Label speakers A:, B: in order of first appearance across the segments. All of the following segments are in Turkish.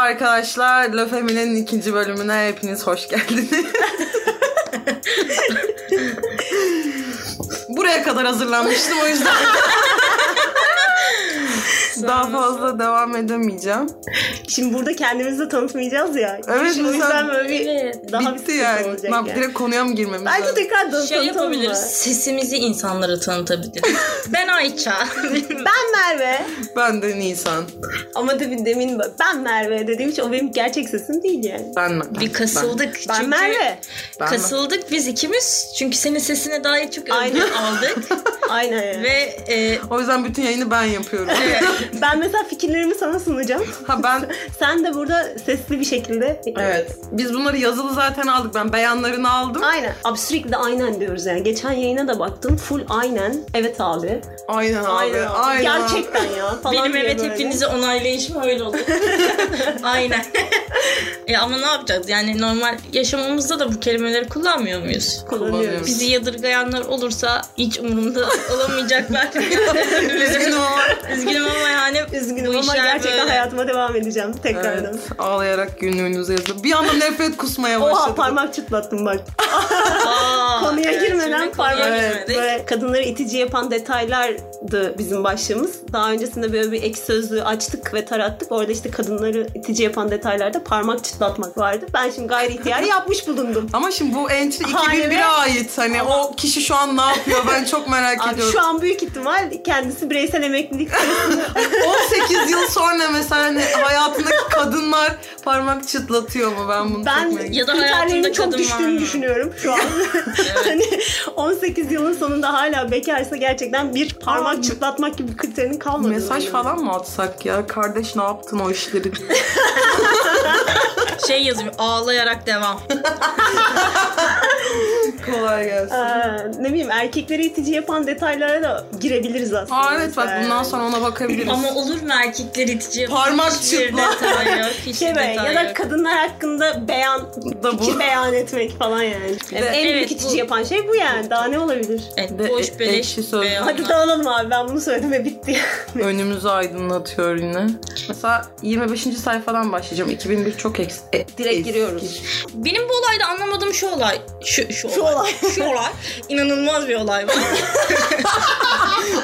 A: arkadaşlar. La Femine'nin ikinci bölümüne hepiniz hoş geldiniz. Buraya kadar hazırlanmıştım o yüzden. Daha fazla devam edemeyeceğim.
B: Şimdi burada kendimizi de tanıtmayacağız ya.
A: Evet,
B: Şimdi o
A: sen-
B: yüzden böyle bir
C: Evet.
B: daha
A: Bitti
B: bir
A: yani.
B: yani.
A: Ben
B: olacak yani.
A: direkt konuya mı girmemiz
B: Bence
A: lazım?
B: tekrar da
C: Şey
B: tanıtalım mı?
C: yapabiliriz. Sesimizi insanlara tanıtabiliriz. ben Ayça.
B: Ben Merve.
A: Ben de Nisan.
B: Ama tabii demin bak- ben Merve dediğim için o benim gerçek sesim değil yani.
A: Ben mi?
C: bir kasıldık.
B: Ben
C: çünkü
B: Merve.
A: Ben mi?
C: kasıldık biz ikimiz. Çünkü senin sesine dair çok
B: Aynen.
C: övgü aldık.
B: Aynen yani.
C: Ve e,
A: O yüzden bütün yayını ben yapıyorum.
C: evet,
B: Ben mesela fikirlerimi sana sunacağım.
A: ha ben
B: Sen de burada sesli bir şekilde.
A: Evet. Biz bunları yazılı zaten aldık. Ben beyanlarını aldım.
B: Aynen. Abi sürekli de aynen diyoruz yani. Geçen yayına da baktım. Full aynen. Evet abi.
A: Aynen abi. Aynen.
B: Gerçekten ya. Falan
C: benim
B: diye
C: evet
B: böyle.
C: hepinizi onaylayışım öyle oldu. Aynen. e, ama ne yapacağız? Yani normal yaşamımızda da bu kelimeleri kullanmıyor muyuz?
B: kullanıyoruz.
C: Bizi yadırgayanlar olursa hiç umurumda olamayacaklar.
A: Üzgünüm ama.
C: Üzgünüm ama yani
B: Üzgünüm
C: bu
B: ama
C: işler
B: gerçekten
C: böyle.
B: hayatıma devam edeceğim tekrardan.
A: Evet, ağlayarak günlüğünüzü yazın. Bir anda nefret kusmaya başladı.
B: Oha parmak çıtlattım bak.
C: Aa,
B: Konuya
C: evet,
B: girmeden
C: şimdi konuya
B: parmak
C: girmedik.
B: Böyle kadınları itici yapan detaylardı bizim başlığımız. Daha öncesinde böyle bir ek sözlüğü açtık ve tarattık. Orada işte kadınları itici yapan detaylarda parmak çıtlatmak vardı. Ben şimdi gayri ihtiyar yapmış bulundum.
A: Ama şimdi bu entry
B: Hayır.
A: 2001'e ait. Hani o kişi şu an ne yapıyor ben çok merak
B: Abi
A: ediyorum.
B: şu an büyük ihtimal kendisi bireysel emeklilik süresinde
A: 18 yıl sonra mesela hani hayatındaki kadınlar parmak çıtlatıyor mu ben bunu çok
B: ben
A: merak
C: Ya da
B: kriterlerimin
C: hayatında
B: çok
C: kadın var
B: düştüğünü
C: mı?
B: düşünüyorum şu an. hani 18 yılın sonunda hala bekarsa gerçekten bir parmak
A: Aa,
B: çıtlatmak gibi bir kriterin kalmadı.
A: Mesaj falan mı atsak ya? Kardeş ne yaptın o işleri?
C: Şey yazıyor ağlayarak devam.
A: Kolay gelsin.
B: Aa, Ee, ne bileyim erkekleri itici yapan detaylara da girebiliriz aslında.
A: Aa, evet bak
B: Mesela.
A: bundan sonra ona bakabiliriz.
C: Ama olur mu erkekler itici?
A: Parmak
C: Hiçbir
A: çıtla.
C: detay yok. Hiçbir
B: Şey böyle,
C: detay
B: ya da
C: yok.
B: kadınlar hakkında beyan
A: Da bu.
B: fikir beyan etmek falan yani. en
C: evet,
B: büyük itici
C: bu-
B: yapan şey bu yani. Daha ne olabilir?
C: Evet,
A: de
C: boş
A: e-
C: beleş
A: ekşi sözlük.
C: beyanlar.
B: Hadi dağılalım abi ben bunu söyledim ve bitti.
A: Önümüzü aydınlatıyor yine. Mesela 25. sayfadan başlayacağım. 2001 çok eks- e-
B: Direkt
A: eski.
B: giriyoruz.
C: Benim bu olayda anlamadığım şu olay. Şu, şu,
B: Şu
C: olay.
B: olay.
C: Şu olay. İnanılmaz bir olay var.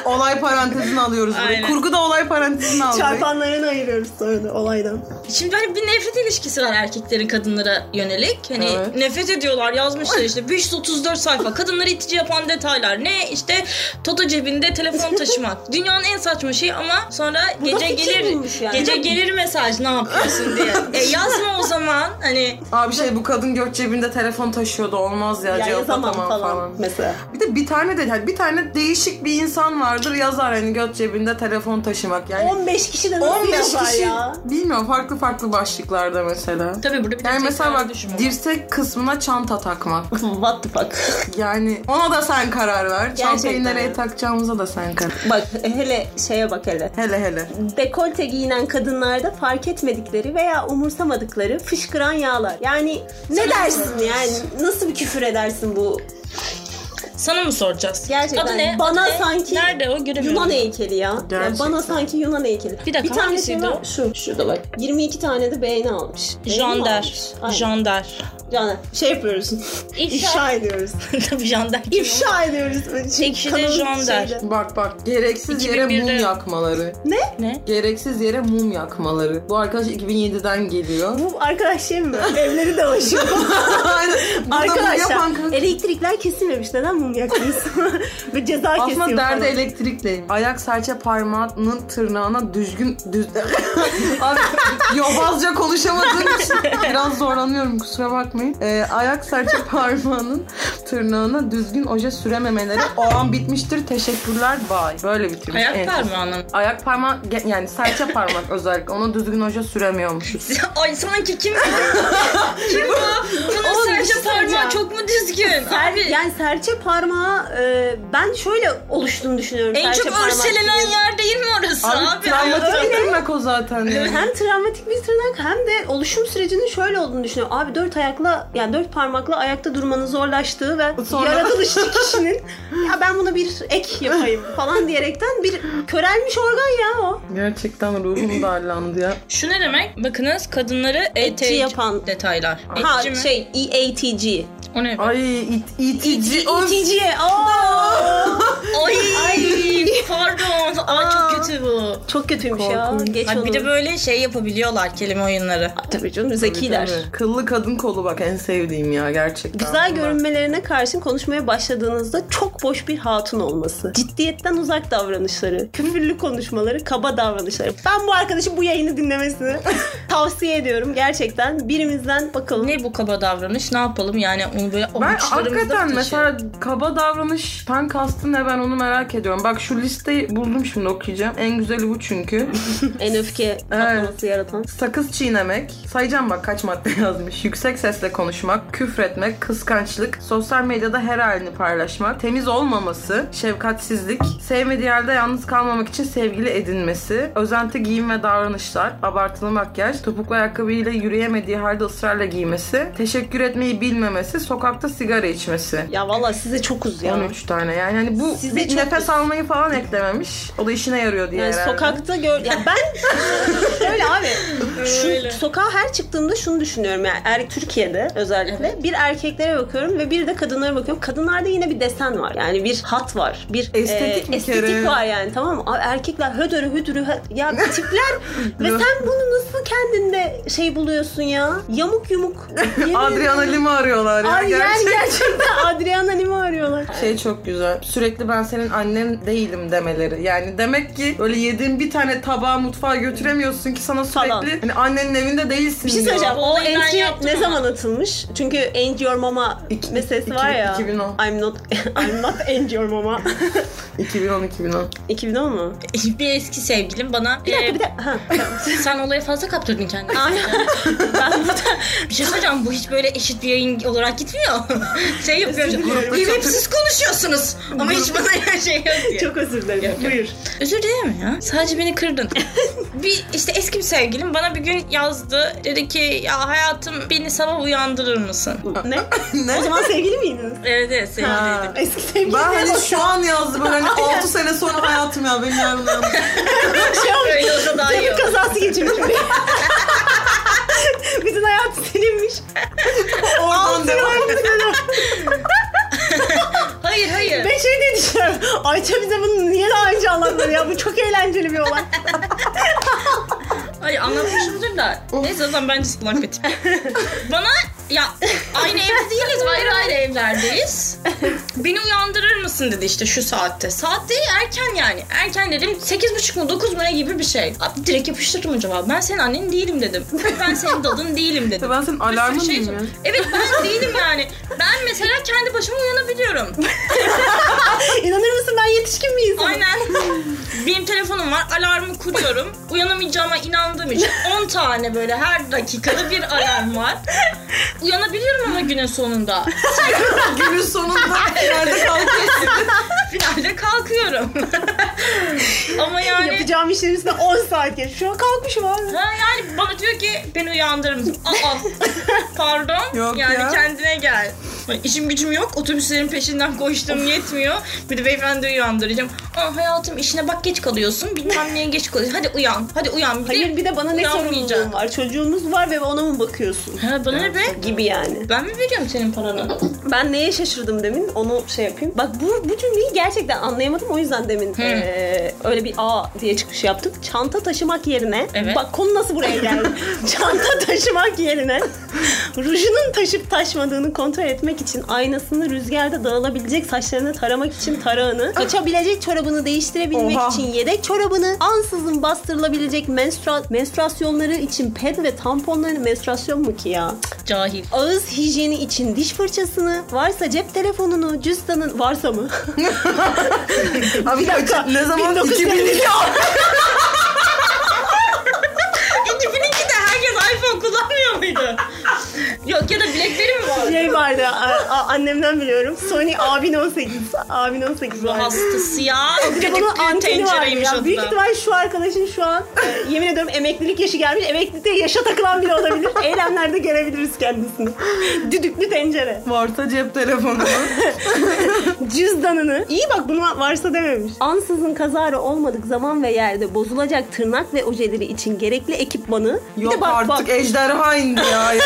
A: Olay parantezini alıyoruz buraya.
C: Aynen.
A: Kurgu da olay parantezini aldık.
B: Çarpanlarını ayırıyoruz sonra da olaydan.
C: Şimdi hani bir nefret ilişkisi var erkeklerin kadınlara yönelik. Hani
A: Evet.
C: nefret ediyorlar yazmışlar işte 534 sayfa. Kadınları itici yapan detaylar. Ne işte Toto cebinde telefon taşımak. Dünyanın en saçma şeyi ama sonra
B: da
C: gece
B: fikir bulmuş
C: gelir
B: yani.
C: gece gelir mesaj ne yapıyorsun diye. e yazma o zaman hani
A: Abi şey bu kadın göt cebinde telefon taşıyordu olmaz ya,
B: Yani
A: cevap
B: zaman
A: atamam
B: falan,
A: falan.
B: mesela.
A: Bir de bir tane de yani bir tane değişik bir insan vardır yazar hani göt cebinde telefon taşımak yani.
B: 15 Hani kişi de nasıl
A: 15
B: yazar
A: kişi
B: ya?
A: bilmiyorum farklı farklı başlıklarda mesela.
C: tabii burada bir de
A: Yani mesela
C: tekrar
A: bak
C: düşünme.
A: dirsek kısmına çanta takmak.
B: What the fuck?
A: Yani ona da sen karar ver. Çantayı
B: Gerçekten
A: nereye
B: ya.
A: takacağımıza da sen karar.
B: Bak hele şeye bak hele.
A: Hele hele.
B: dekolte giyinen kadınlarda fark etmedikleri veya umursamadıkları fışkıran yağlar. Yani ne dersin yani? Nasıl bir küfür edersin bu?
C: Sana mı soracağız?
B: Gerçekten
C: Adı ne?
B: bana
C: Adı ne?
B: sanki
C: Nerede o göremiyorum.
B: Yunan heykeli ya. Yani
A: Gerçekten.
B: bana sanki Yunan heykeli.
C: Bir dakika,
B: tane
C: hangisiydi
B: şey var.
C: o?
B: Şu, şurada bak. 22 tane de beğeni almış. Beğeni mi almış?
C: Jander.
B: Aynen.
C: Jander.
B: Jander. Şey yapıyoruz. İfşa ediyoruz.
C: Tabii Jander. kim o?
B: İfşa ediyoruz. Şey,
C: Ekşi de
B: kanalın
C: Jander.
B: şeyde.
A: Bak bak gereksiz yere
C: 2001'de
A: mum yakmaları.
C: Ne?
A: Gereksiz yere mum yakmaları. Bu arkadaş 2007'den geliyor.
B: Bu arkadaş şey mi? Evleri de başıyor.
A: Aynen. Burada mum yapan
B: Arkadaşlar
A: kadın-
B: elektrikler kesilmemiş. Neden mum yakıyorsun? Ve ceza kesiyor
A: Aslında derdi
B: falan.
A: elektrikle. Ayak serçe parmağının tırnağına düzgün düz... Abi yobazca konuşamadığım için biraz zorlanıyorum kusura bakmayın. Ee, ayak serçe parmağının tırnağına düzgün oje sürememeleri o an bitmiştir. Teşekkürler bay. Böyle bitirmiş.
C: Ayak
A: Evet.
C: parmağının.
A: Ayak parmağı ge- yani serçe parmak özellikle ona düzgün oje süremiyormuşuz.
C: Ay sanki kim kim bu? Bunun
B: Oğlum, bir
C: serçe
B: şey
C: parmağı
B: söyleyeceğim.
C: çok mu düzgün?
B: Ser-
C: Abi
B: yani serçe parmağı e, ben şöyle oluştuğunu düşünüyorum.
C: en
B: serçe
C: çok
B: parmak
C: örselenen
B: diye.
C: yer değil mi orası
A: Abi,
C: abi?
A: abi travmatik tırnak o zaten. yani.
B: Hem travmatik bir tırnak hem de oluşum sürecinin şöyle olduğunu düşünüyorum. Abi dört ayakla yani dört parmakla ayakta durmanın zorlaştığı aslında ben
A: Sonra-
B: yaratılışçı kişinin ya ben buna bir ek yapayım falan diyerekten bir körelmiş organ ya o.
A: Gerçekten ruhum darlandı ya.
C: Şu ne demek? Bakınız kadınları
B: Etçi
C: ET
B: yapan-
C: detaylar.
B: Ha
C: Etçi mi?
B: şey EATG.
C: O ne?
A: Ay it, itici.
B: EATG. E Aa!
C: Ay pardon. Aa çok kötü bu.
B: Çok kötüymüş ya.
A: Korkunç.
B: Geç
C: Ay,
B: onu.
C: bir de böyle şey yapabiliyorlar kelime oyunları.
B: Tabii canım zekiler.
A: Tabii. Kıllı kadın kolu bak en sevdiğim ya gerçekten.
B: Güzel görünmelerine karşın konuşmaya başladığınızda çok boş bir hatun olması. Ciddiyetten uzak davranışları, küfürlü konuşmaları, kaba davranışları. Ben bu arkadaşın bu yayını dinlemesini tavsiye ediyorum. Gerçekten birimizden bakalım.
C: Ne bu kaba davranış? Ne yapalım? Yani onu böyle
A: Ben
C: avuçlarımızda
A: hakikaten
C: mı taşıyalım?
A: mesela kaba davranıştan kastı ne ben onu merak ediyorum. Bak şu listeyi buldum şimdi okuyacağım. En güzeli bu çünkü.
B: En öfke patlaması yaratan.
A: Sakız çiğnemek. Sayacağım bak kaç madde yazmış. Yüksek sesle konuşmak, küfretmek, kıskançlık, sosyal medyada her halini paylaşmak, temiz olmaması, şefkatsizlik, sevmediği halde yalnız kalmamak için sevgili edinmesi, özenti giyim ve davranışlar, abartılı makyaj, topuklu ayakkabıyla yürüyemediği halde ısrarla giymesi, teşekkür etmeyi bilmemesi, sokakta sigara içmesi.
B: Ya valla size çokuz ya.
A: 13 tane yani hani bu
B: Size
A: bir
B: çok-
A: nefes almayı falan eklememiş. O da işine yarıyor diye
B: Yani
A: herhalde.
B: Ee, sokakta gör... Ya ben öyle abi. Şu,
C: Öyle.
B: sokağa her çıktığımda şunu düşünüyorum yani. Er, Türkiye'de özellikle bir erkeklere bakıyorum ve bir de kadınlara bakıyorum. Kadınlarda yine bir desen var. Yani bir hat var. Bir e,
A: Estetik bir
B: estetik
A: kere.
B: var yani tamam mı? Abi Erkekler hödörü hüdürü hö- ya tipler ve sen bunu nasıl kendinde şey buluyorsun ya? Yamuk yumuk. Yemin
A: Adriana
B: ederim.
A: Lima arıyorlar ya.
B: Ay,
A: gerçekten.
B: yani gerçekten Adriana Lima arıyorlar.
A: Şey çok güzel. Sürekli ben senin annen değilim demeleri. Yani demek ki öyle yediğin bir tane tabağı mutfağa götüremiyorsun ki sana
B: Falan.
A: sürekli hani annenin evinde değilsin
B: Bir şey
A: diyor.
B: söyleyeceğim.
C: Bu
B: O
C: olayı ben
B: enki
C: yaptım
B: ne
C: ama.
B: zaman atılmış? Çünkü End Your Mama
A: İki-
B: meselesi
A: iki-
B: var ya.
A: 2010.
B: I'm not, I'm not End Your Mama.
A: 2010-2010.
B: 2010 mu?
C: Bir eski sevgilim bana
B: Bir dakika
C: e,
B: bir dakika. Ha.
C: sen olaya fazla kaptırdın kendini.
B: Ay,
C: ben burada bir şey söyleyeceğim. Bu hiç böyle eşit bir yayın olarak gitmiyor. şey yapıyorum.
A: diliyorum.
C: "İyi, hep siz konuşuyorsunuz. Ama hiç bana ya şey yok diye.
B: Çok özür dilerim.
C: Yok, yok.
B: Buyur.
C: Özür dilerim ya. Sadece beni kırdın. bir işte eski bir sevgilim bana bir gün yazdı. Dedi ki ya hayatım beni sabah uyandırır mısın?
B: Ne?
A: Ne?
B: O zaman sevgili miydiniz?
C: Evet evet
A: Ha.
C: sevgiliydim.
B: Eski sevgili.
A: Ben hani şu an yazdım ben hani 6 sene sonra hayatım ya benim yarınlarım.
B: şey olmuş.
C: Öyle olsa daha iyi
B: Trafik
C: olur.
B: kazası geçirmiş. biri. Bütün hayatı silinmiş.
A: Oradan devam.
C: Hayır hayır.
B: Ben şey diye düşünüyorum. Ayça bize bunu niye daha önce anlatmadı ya? Bu çok eğlenceli bir olay.
C: Hayır anlatmışımdır da. Neyse o zaman bence kulak katayım. Bana ya aynı evde değiliz ayrı ayrı evlerdeyiz. Beni uyandırır mısın dedi işte şu saatte. Saat değil erken yani. Erken dedim sekiz buçuk mu dokuz mu ne gibi bir şey. Abi direkt yapıştırdım acaba. Ben senin annen değilim dedim. Ben senin dadın değilim dedim.
A: Ben senin
C: Bir sürü
A: alarmın
C: şey
A: değil mi?
C: Evet ben değilim yani. Ben mesela kendi başıma uyanabiliyorum.
B: İnanır mısın ben yetişkin bir insanım.
C: Aynen. Benim telefonum var. Alarmı kuruyorum. Uyanamayacağıma inandığım için 10 tane böyle her dakikada bir alarm var. Uyanabiliyorum ama günün sonunda.
A: Günün sonunda nerede kalkıyorsun?
C: Finalde kalkıyorum. ama yani
B: Yapacağım işlerin üstüne 10 saat geç. Şu an kalkmışım abi.
C: Ha, yani bana diyor ki beni uyandırır mısın? Aa, pardon.
A: Yok
C: yani
A: ya.
C: kendine gel. Ay, İşim gücüm yok. Otobüslerin peşinden koştum yetmiyor. Bir de beyefendi uyandıracağım. Aa hayatım işine bak geç kalıyorsun. Bilmem niye geç kalıyorsun. Hadi uyan. Hadi uyan. Bir de-
B: Hayır bir de bana ne
C: Uyanmayacak.
B: sorumluluğun var? Çocuğumuz var ve ona mı bakıyorsun?
C: Ha, bana ne be?
B: Gibi yani.
C: Ben mi veriyorum senin paranı?
B: Ben neye şaşırdım demin onu şey yapayım. Bak bu, bu cümleyi gerçekten anlayamadım o yüzden demin eee, öyle bir A diye çıkış yaptık. Çanta taşımak yerine
C: Evet.
B: bak konu nasıl buraya geldi. Çanta taşımak yerine rujunun taşıp taşmadığını kontrol etmek için aynasını rüzgarda dağılabilecek saçlarını taramak için tarağını kaçabilecek çorabını değiştirebilmek
A: Oha.
B: için yedek çorabını ansızın bastırılabilecek menstrua- menstruasyonları için ped ve tamponlarını menstruasyon mu ki ya?
C: Cahil.
B: Ağız hijyeni için diş fırçasını, varsa cep telefonunu, cüzdanın varsa mı?
A: Abi kaç- ne zaman
B: 1900
A: 2002
C: 2002'de herkes iPhone kullanmıyor muydu? Yok ya da Blackberry mi var?
B: şey vardı. a- a- annemden biliyorum. Sony abin 18. Abin 18
C: Bu
B: vardı.
C: hastası ya.
B: Bir de
C: Küçük
B: bunun
C: bir
B: anteni var
C: tencereymiş o
B: ya. Büyük
C: da.
B: ihtimal şu arkadaşın şu an e, yemin ediyorum emeklilik yaşı gelmiş. Emeklilikte yaşa takılan biri olabilir. Eylemlerde görebiliriz kendisini. Düdüklü tencere.
A: Varsa cep telefonu.
B: Cüzdanını. İyi bak buna varsa dememiş. Ansızın kazara olmadık zaman ve yerde bozulacak tırnak ve ojeleri için gerekli ekipmanı. Bir
A: Yok
B: de bak,
A: artık e-
B: bak,
A: ejderha indi ya. ya.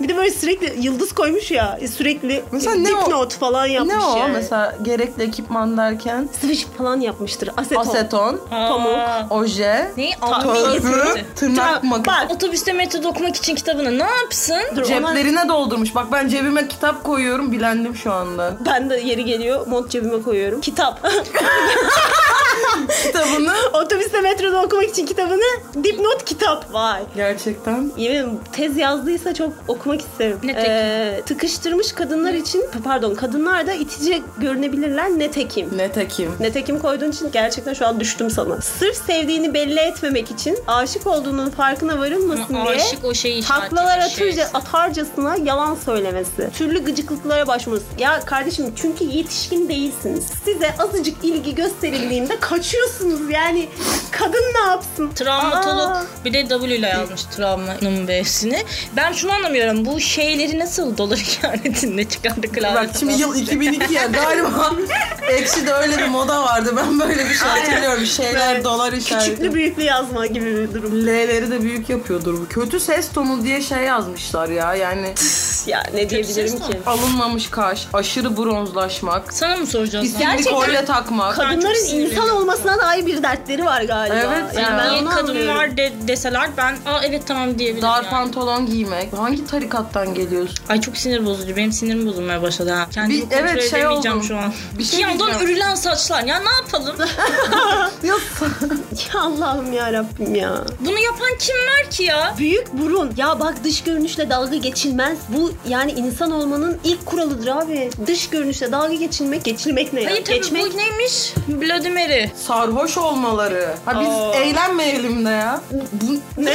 B: bir de böyle sürekli yıldız koymuş ya. e, Sürekli
A: Mesela ne o-
B: dipnot falan yapmış
A: ne o
B: yani.
A: mesela gerekli ekipman derken?
B: Sıvışık falan yapmıştır. Aseton.
A: Aseton,
C: Aa.
B: Pamuk.
A: oje,
C: Ne?
A: törpü,
C: Almayı
A: tırnak
B: Bak,
A: makinesi.
C: Otobüste metroda okumak için kitabını ne yapsın?
B: dur, ona-
A: Ceplerine doldurmuş. Bak ben cebime kitap koyuyorum. Bilendim şu anda.
B: Ben de yeri geliyor mont cebime koyuyorum. Kitap.
A: Kitabını
B: Otobüste metroda okumak için kitabını dipnot kitap. Vay.
A: gerçekten
B: Yemin ederim tez yazdıysa çok okumak isterim.
C: Ne tekim?
B: Ee, tıkıştırmış kadınlar için pardon kadınlar da itici görünebilirler ne tekim.
A: ne tekim.
B: Ne tekim koyduğun için gerçekten şu an düştüm sana. Sırf sevdiğini belli etmemek için aşık olduğunun farkına varılmasın diye
C: Aşık o şeyi işaret
B: taklalar
C: edici şey.
B: atırca, atarcasına yalan söylemesi. Türlü gıcıklıklara başvurması. Ya kardeşim çünkü yetişkin değilsiniz. Size azıcık ilgi gösterildiğinde kaçıyorsunuz yani. Kadın ne yapsın?
C: Travmatolog
B: Aa.
C: bir de W ile yazmış travmanın B'sini. Ben şunu anlamıyorum. Bu şeyleri nasıl dolar ihanetinde çıkardı klavye.
A: Bak şimdi yıl 2002 ya galiba ekşi de öyle bir moda vardı. Ben böyle bir şey hatırlıyorum. Şeyler
B: Böyle
A: dolar
B: Küçüklü
A: işareti.
B: büyüklü yazma gibi bir durum.
A: L'leri de büyük yapıyordur bu. Kötü ses tonu diye şey yazmışlar ya. Yani
B: Ya ne diyebilirim
C: ses
B: ki?
A: alınmamış kaş, aşırı bronzlaşmak,
C: Sana mı soracağız? lan?
A: isimli
B: Gerçekten
A: kolye takmak.
C: Ben çok
B: Kadınların
C: sinirliyim.
B: insan olmasına dair bir dertleri var galiba.
A: Evet
B: Yani
A: ya.
B: ben
C: Niye
B: onu
C: kadın
B: anlıyorum.
C: var de, deseler ben aa evet tamam diyebilirim
A: Dar
C: yani.
A: pantolon giymek. Hangi tarikattan geliyorsun?
C: Ay çok sinir bozucu. Benim sinirim bozulmaya başladı ha. Kendimi
A: Bir-
C: kontrol
A: evet, şey
C: edemeyeceğim
A: oldum.
C: şu an.
A: Bir
C: Bir
A: şey
C: yandan
A: diyeceğim.
C: örülen saçlar. Ya ne yapalım?
A: Yok.
B: Ya Allah'ım ya Rabbim ya.
C: Bunu yapan kim var ki ya?
B: Büyük burun. Ya bak dış görünüşle dalga geçilmez. Bu yani insan olmanın ilk kuralıdır abi. Dış görünüşle dalga geçilmek, geçilmek ne ya?
C: Hayır tabii
B: Geçmek.
C: bu neymiş? Vladimir'i.
A: Sarhoş olmaları. Ha biz
B: Aa.
A: eğlenmeyelim de ya. Bu,
B: Ne?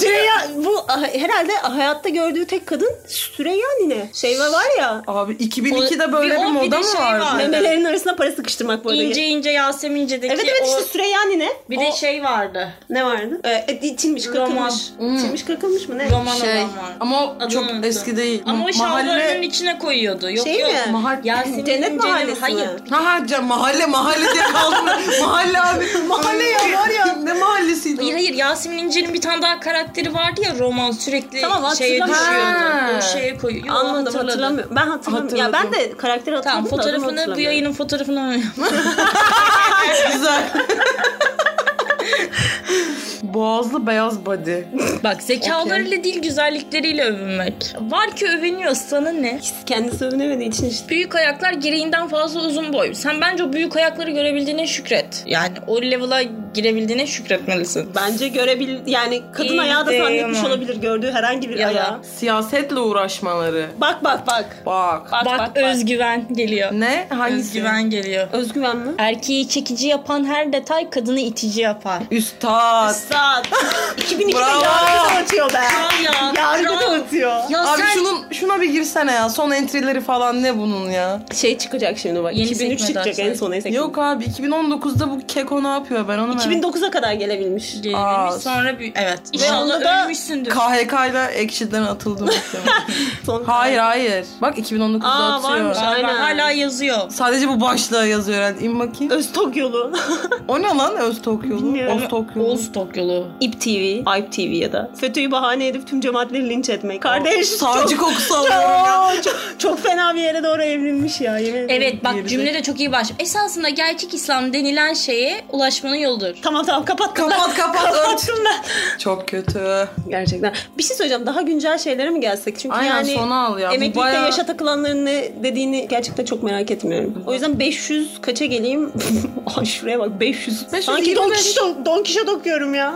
B: Süreyya bu ah, herhalde hayatta gördüğü tek kadın Süreyya nine. Şey var ya.
A: abi
C: O-
A: 2002'de böyle
C: bir-
A: bir,
C: o bir de
A: moda mı
C: şey
A: vardı?
C: var.
B: Memelerin arasına para sıkıştırmak bu arada.
C: İnce ince Yasemince'deki
B: Evet evet
C: o...
B: işte Süreyya nine.
C: Bir
B: O-
C: de şey vardı.
B: Ne vardı? Ee, e, çilmiş,
C: Roman. Hmm.
B: kakılmış. Çilmiş, kakılmış mı ne?
C: Roman
A: şey
C: olan var.
A: ama o
C: Adını
A: çok
C: unuttum.
A: eski değil.
C: Ama o şalvarının
A: mahalle
C: içine koyuyordu. Yok
B: Şey
C: yok.
B: mi?
A: Mahal-
C: Yasemin'in
B: Cennet
C: Cenem-
B: Mahallesi
C: Hayır.
B: mi?
A: Ha ha can- mahalle mahalle diye kaldım. mahalle abi.
B: Mahalle ya, var ya.
A: ne mahallesiydi? o?
C: Hayır hayır Yasemin İnce'nin bir tane daha karakteri vardı ya roman sürekli
B: Tamam,
C: şeye
B: hatırladım.
A: Ha.
C: düşüyordu. O şeye koyuyor.
B: Anladım
C: Hatırladım.
B: hatırlamıyorum. Ben hatırlamıyorum. Ya ben de karakteri
C: Tamam
B: hatırladım. da adını
C: fotoğrafını bu
B: hatırlamıyorum.
C: yayının fotoğrafını
A: Güzel. Boğazlı beyaz body.
C: Bak zekalarıyla değil güzellikleriyle övünmek. Var ki övünüyor sana ne?
B: Kendisi övünemediği için işte.
C: Büyük ayaklar gereğinden fazla uzun boy. Sen bence o büyük ayakları görebildiğine şükret. Yani o level'a girebildiğine şükretmelisin.
B: Bence görebil yani kadın
C: İyi
B: ayağı da
C: değil
B: zannetmiş
C: ama.
B: olabilir gördüğü herhangi bir
C: Ya da-
B: ayağı.
A: Siyasetle uğraşmaları.
B: Bak bak bak.
A: Bak.
B: Bak
C: Bak,
B: bak bak.
C: özgüven geliyor.
A: Ne? Hangisi?
C: Özgüven geliyor.
B: Özgüven mi?
C: Erkeği çekici yapan her detay kadını itici yapar.
A: Üstad.
B: Saat. 2002'de
A: Bravo.
B: yargı dağıtıyor be.
C: ya,
B: Yargı
C: bravo.
B: dağıtıyor.
C: Ya
A: Abi şunun şuna bir girsene ya. Son entry'leri falan ne bunun ya?
B: Şey çıkacak şimdi bak.
C: Yeni
B: 2003
C: sekme
B: çıkacak
C: dersler.
B: en son en sekme.
A: Yok abi 2019'da bu keko ne yapıyor ben onu merak
B: 2009'a kadar gelebilmiş.
C: Gelinmiş,
A: Aa.
C: sonra bir... Evet.
B: onda
C: İnşallah
B: da-
C: ölmüşsündür.
A: KHK ile ekşiden atıldım.
B: Son
A: hayır hayır. Bak 2019'da
B: Aa,
A: atıyor.
B: varmış.
C: Aa, bak,
B: Aynen.
C: Hala yazıyor.
A: Sadece bu başlığa yazıyor herhalde. İn bakayım.
B: Öztok yolu.
A: O ne lan öz Tokyo'lu?
B: Bilmiyorum.
A: Oz Tokyo'lu.
C: Oğuz Tokyolu.
B: İp TV, Ayıp TV ya da. FETÖ'yü bahane edip tüm cemaatleri linç etmek. Kardeş çok,
A: Savcı kokusu alıyorum ya.
B: çok, çok, çok fena bir yere doğru evrilmiş ya yemin ederim.
C: Evet bak cümle de çok iyi baş. Esasında gerçek İslam denilen şeye ulaşmanın yoludur.
B: Tamam tamam kapat
A: Kapat kapat. ört.
B: Kapattım ben.
A: Çok kötü.
B: Gerçekten. Bir şey söyleyeceğim. Daha güncel şeylere mi gelsek? Çünkü
A: Aynen
B: yani
A: sona al ya. Bu
B: emeklilikte
A: bayağı-
B: yaşa takılanların ne dediğini gerçekten çok merak etmiyorum. O yüzden 500 kaça geleyim? Ay şuraya bak 500.
A: 525.
B: Sanki Don Quixote, Don Quixote okuyorum ya.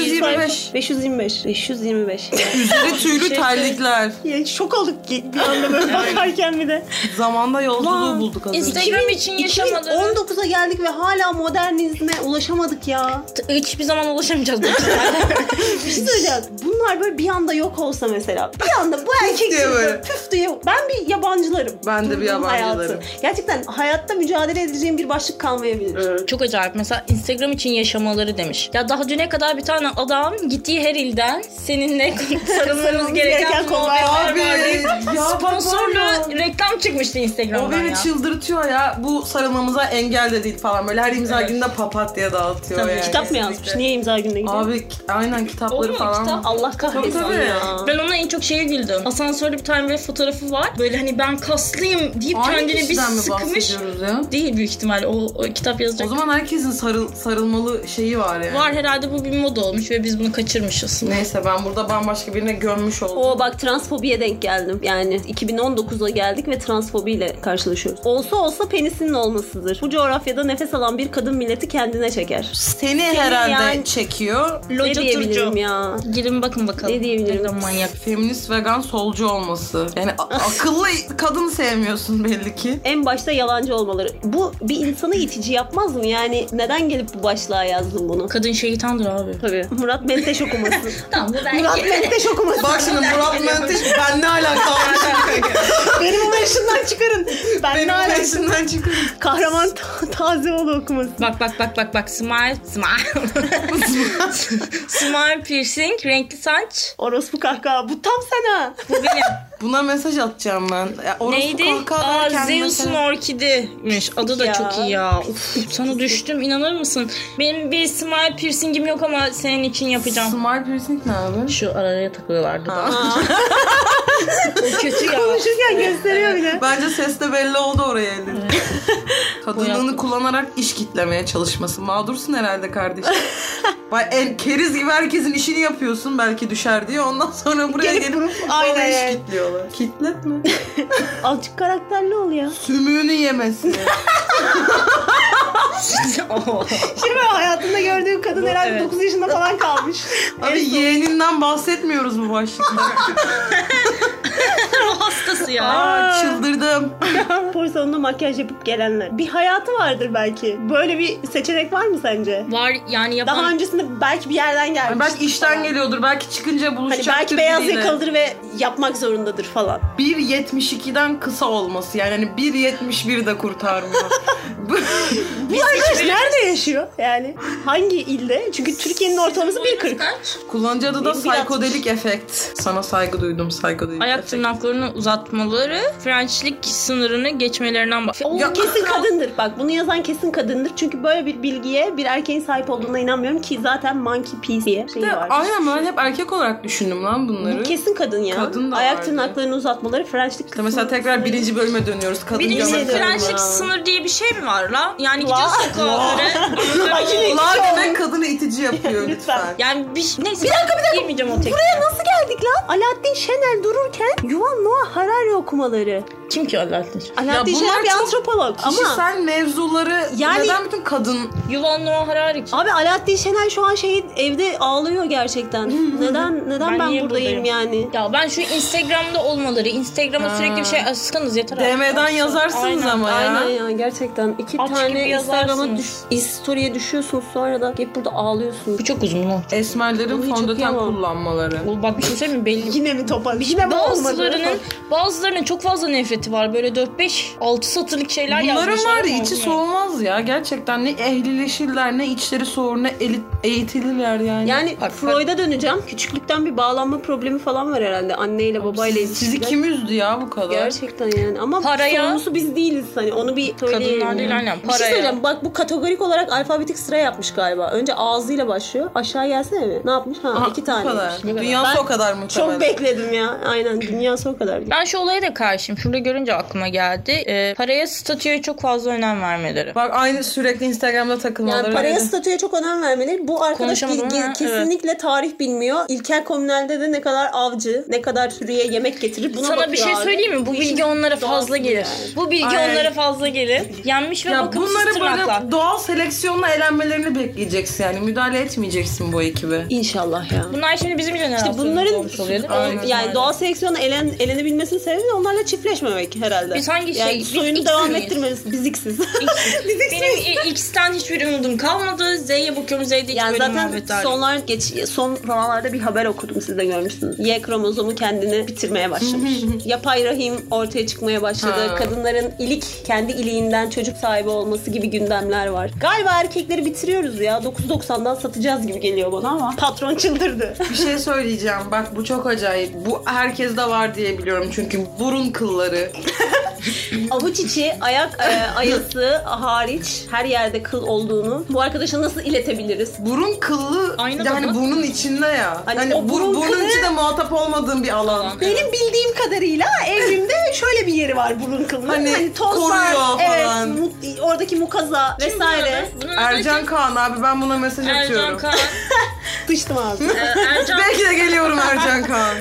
A: 525.
B: 525. 525.
A: Üzeri tüylü terlikler.
B: ya şok olduk ki bir anda böyle bakarken bir de.
A: Zamanda yolculuğu
B: Ulan,
A: bulduk az önce.
C: Instagram için yaşamaları
B: 2019'a geldik ve hala modernizme ulaşamadık ya.
C: hiçbir zaman ulaşamayacağız.
B: Bir şey söyleyeceğim. Bunlar bunlar böyle bir anda yok olsa mesela. Bir anda bu erkek
A: diye böyle.
B: çıktı püf diye. Ben bir yabancılarım.
A: Ben de bir
B: Durduğum hayatı.
A: yabancılarım.
B: Gerçekten hayatta mücadele edeceğim bir başlık kalmayabilir.
C: Ee,
D: Çok acayip. Mesela Instagram için yaşamaları demiş. Ya daha düne kadar bir tane adam gittiği her ilden seninle sarılmamız gereken
B: gereken
D: konular
A: Abi
D: var. deyip
A: ya bak var ya.
D: Sponsorlu reklam çıkmıştı
A: O
D: Instagram'dan
A: beni
D: ya.
A: çıldırtıyor ya. Bu sarılmamıza engel de değil falan. Böyle her imza
D: Evet.
A: gününde papatya dağıtıyor
D: Tabii,
A: yani.
B: Kitap mı
A: Kesinlikle.
B: yazmış? Niye imza gününe gidiyor?
A: Abi ki- aynen kitapları
D: Oğlum,
A: falan.
D: kitap-
B: Allah kahretsin
A: Tabii, tabii.
B: ya.
D: Ben
C: Ben ona en çok şeye güldüm. Asansörde bir tane böyle fotoğrafı var. Böyle hani ben kaslıyım deyip
A: Aynı
C: kendini bir
A: kişiden mi
C: sıkmış.
A: bahsediyoruz ya?
C: Değil büyük ihtimalle o, o kitap
A: O
C: yazacak.
A: zaman herkesin sarıl, sarılmalı şeyi var yani.
C: Var herhalde bu bir moda olmuş ve biz bunu kaçırmışız.
A: Neyse ben burada bambaşka birine gömmüş oldum.
B: O bak transfobiye denk geldim. Yani 2019'a geldik ve transfobiyle karşılaşıyoruz. Olsa olsa penisinin olmasıdır. Bu coğrafyada nefes alan bir kadın milleti kendine çeker.
A: Seni, herhalde
B: yani-
A: çekiyor.
B: Ne
C: Loca turcu.
B: diyebilirim ya?
C: Girin bakın bakalım.
B: Ne diyebilirim?
C: Neden manyak.
A: Feminist, vegan, solcu olması. Yani a- akıllı kadın sevmiyorsun belli ki.
B: En başta yalancı olmaları. Bu bir insanı itici yapmaz mı? Yani neden gelip bu başlığa yazdın bunu?
C: Kadın şeytandır abi.
B: Tabii. Murat Menteş okuması.
C: Tamam bu belki.
B: Murat Menteş okuması.
A: Bak şimdi Murat Menteş ben ne alakalıyım?
B: Benim başımdan çıkarın. Ben ne
A: Benim
B: alakası?
A: başımdan çıkıyor.
B: Kahraman Ta- Tazeoğlu okuması.
C: Bak bak bak bak bak smile smile. smile piercing, renkli saç.
B: Orospu kahkaha. Bu tam sana.
C: Bu benim.
A: Buna mesaj atacağım ben. Ya, orospu
C: Neydi?
A: kahkaha
C: Aa,
A: derken
C: Zeus'un
A: mesela-
C: orkidiymiş. Adı da
B: Ya.
C: çok iyi ya. Uf, sana düştüm inanır mısın? Benim bir smile piercingim yok ama senin için yapacağım.
A: Smile piercing ne abi?
C: Şu araya takılıyorlardı.
A: Ha.
C: O kötü ya.
B: Konuşurken gösteriyor bile.
A: Bence ses de belli oldu oraya elinde. Kadınlığını
C: Boyattım.
A: kullanarak iş kitlemeye çalışması. Mağdursun herhalde kardeşim. Bay en keriz gibi herkesin işini yapıyorsun belki düşer diye. Ondan sonra buraya gelip,
B: Gelip
A: gelip
B: vurup
A: bana
B: aynen.
A: iş kitliyorlar. Kitletme.
B: Alçık karakterli ol ya.
A: Sümüğünü yemesi.
B: Şimdi hayatında gördüğüm kadın herhalde
C: evet.
B: 9 yaşında falan kalmış.
A: Abi yeğeninden bahsetmiyoruz bu başlıkta.
C: Hastası ya.
A: Aa, çıldırdım.
B: Spor salonuna makyaj yapıp gelenler. Bir hayatı vardır belki. Böyle bir seçenek var mı sence?
C: Var yani yapan...
B: Daha öncesinde belki bir yerden gelmiş.
A: Yani belki işten geliyordur. Belki çıkınca
B: Hani
A: buluşacaktır.
B: belki beyaz
A: biriyle.
B: yakalıdır ve yapmak zorundadır falan.
A: 1.72'den kısa olması. Yani hani 1.71 de kurtarmıyor. Bu-
B: Bu arkadaş nerede yaşıyor? Yani hangi ilde? Çünkü Türkiye'nin ortalaması 1.40.
C: Kaç?
A: Kullanıcı adı da
B: Bir- bir altmış.
A: psikodelik efekt. Sana saygı duydum psikodelik
C: Ayak
A: efekt.
C: tırnaklarını uzatmaları, Frenchlik sınırını geçmelerinden bak.
B: O
A: Ya-
B: kesin kadındır. Bak bunu yazan kesin kadındır. Çünkü böyle bir bilgiye bir erkeğin sahip olduğuna inanmıyorum ki zaten monkey piece diye şey
A: Bir de
B: var.
A: Aynen ben hep erkek olarak düşündüm lan bunları.
B: Bu kesin kadın ya.
A: Kadın da
B: Ayak
A: vardı.
B: tırnaklarını uzatmaları Frenchlik
A: İşte mesela tekrar birinci bölüme dönüyoruz. Kadın
C: Birincisi
A: görmek
B: Birinci-
A: zorunda.
C: Frenchlik sınır diye bir şey mi var la? Yani
B: La.
C: gidiyorsun sokağa göre.
B: Ay, yine itici
A: Ulan
B: oldu.
A: demek kadını itici yapıyor lütfen.
B: Lütfen.
C: Yani bir, şey- neyse bir dakika bir dakika. Girmeyeceğim o tekrar.
B: Buraya nasıl geldik lan? Alaaddin Şenel dururken Yuval Noah Harari okumaları.
C: Kim ki Alaaddin?
B: Alaaddin
A: bunlar
B: Şenel bir
A: çok
B: antropolog ama
A: Kişisel mevzuları
B: Yani-
A: neden bütün kadın
C: Yuval Noah Harari. kim?
B: abi Alaaddin Şenel şu an şey evde ağlıyor gerçekten. neden neden ben,
C: Ben niye
B: buradayım
C: buradayım?
B: yani?
C: Ya ben şu Instagram'da olmaları, Instagram'a
A: Ha.
C: sürekli bir şey asıkınız yeter. artık.
A: DM'den yazarsınız
C: Aynen.
A: ama ya.
B: Aynen ya gerçekten. iki
C: At
B: tane
C: gibi
B: Instagram'a
C: yazarsınız.
B: düş, story'e düşüyorsunuz sonra da hep burada ağlıyorsunuz.
C: Bu çok uzun lan.
A: Esmerlerin
B: Bunu hiç
A: fondöten
B: okuyamam.
A: kullanmaları.
C: Bu bak bir şey söyleyeyim mi? Belli.
B: Yine mi topal? Yine mi
C: Bazılarının, bazılarının çok fazla nefreti var. Böyle 4-5-6 satırlık şeyler
A: Bunların
C: yazmışlar.
A: var ya
C: ama
A: içi
C: olmuyor.
A: soğumaz ya. Gerçekten ne ehlileşirler ne içleri soğur ne elit- eğitilirler yani.
B: Yani
C: Bak,
B: Freud'a döneceğim. Küçüklükten bir bağlanma problemi falan var herhalde. Anneyle babayla
A: sizi, sizi
B: ilişkiler.
A: kim üzdü ya bu kadar?
B: Gerçekten yani. Ama
C: Paraya-
B: sorumlusu biz değiliz. Hani onu bir söyleyelim.
C: Kadınlar değil aynen.
B: Bir şey
C: Paraya.
B: söyleyeceğim. Bak bu kategorik olarak alfabetik sıra yapmış galiba. Önce ağzıyla başlıyor. Aşağı gelsene mi? Ne yapmış? Ha,
A: Aha,
B: iki
A: bu
B: tane.
A: kadar. Dünyası
B: Ben
A: o kadar mı?
B: Çok bekledim ya. Aynen. Dünyası o kadar.
C: ben şu olaya da karşıyım. Şurada görünce aklıma geldi. Ee, paraya, statüye çok fazla önem vermeleri.
A: Bak aynı sürekli Instagram'da takılmaları.
B: Yani paraya
A: öyle.
B: statüye çok önem vermeleri. Bu arkadaş
C: Konuşamadım
B: ki-
C: ama, evet.
B: kesinlikle tarih bilmiyor. İlker Komünel'de de ne kadar avcı, ne kadar sürüye yemek getirip buna
C: Sana
B: bakıyor
C: bir şey
B: abi.
C: söyleyeyim mi? Bu
B: işin
C: bilgi onlara
B: doğası
C: fazla gelir.
B: yani.
C: Bu bilgi
A: Ay.
C: onlara fazla gelir. Yenmiş ve
A: ya
C: bakımsız
A: bunları
C: tırnaklar.
A: böyle doğal seleksiyonla elenmelerini bekleyeceksin yani. Müdahale etmeyeceksin bu ekibe.
B: İnşallah ya.
C: Bunlar şimdi bizim jenerasyonumuz
B: bunların
C: olmuş oluyor değil mi?
A: Aynen.
B: yani doğal seleksiyonla elen, elenebilmesinin sebebi de onlarla çiftleşmemek demek ki herhalde.
C: Biz hangi
B: yani
C: şey- biz
B: soyunu
C: X
B: devam
C: miyiz?
B: ettirmemiz. Biz X'iz.
C: Benim i- X'ten hiçbir umudum kalmadı. Z'ye bakıyorum Z'de hiç
B: yani
C: böyle
B: zaten
C: muhabbetler yok.
B: sonlar geç son zamanlarda bir haber okudum siz de görmüşsünüz. Y kromozomu kendini bitirmeye başlamış. Yapay rahim ortaya çıkmaya başladı.
A: Ha.
B: Kadınların ilik kendi iliğinden çocuk sahibi olması gibi gündemler var. Galiba erkekleri bitiriyoruz ya. 9.90'dan satacağız gibi geliyor bana ama patron çıldırdı.
A: Bir şey söyleyeceğim. Bak bu çok acayip. Bu herkeste var diye biliyorum çünkü burun kılları.
B: Avuç içi, ayak e, ayası hariç her yerde kıl olduğunu bu arkadaşa nasıl iletebiliriz?
A: Burun kıllı
C: Aynada
A: yani
C: mı?
A: burnun içinde ya.
B: Hani
A: Hani,
B: o
A: bu-
B: burun
A: burnun
B: kılı-
A: içi de muhatap olmadığın bir alan.
B: Benim bildiğim kadarıyla evrimde şöyle bir yeri var burun kılının.
A: Hani
B: tozlar,
A: koruyor
B: evet,
A: falan.
B: mu- oradaki mukaza
C: Kim
B: vesaire.
C: bunun adı? Bunun adı
A: Ercan
C: kim?
A: Kaan abi ben buna mesaj
C: Ercan
A: atıyorum.
C: Kaan.
B: Sıçtım ağzına.
C: Ee, Ercan
A: Belki de geliyorum Ercan Kaan.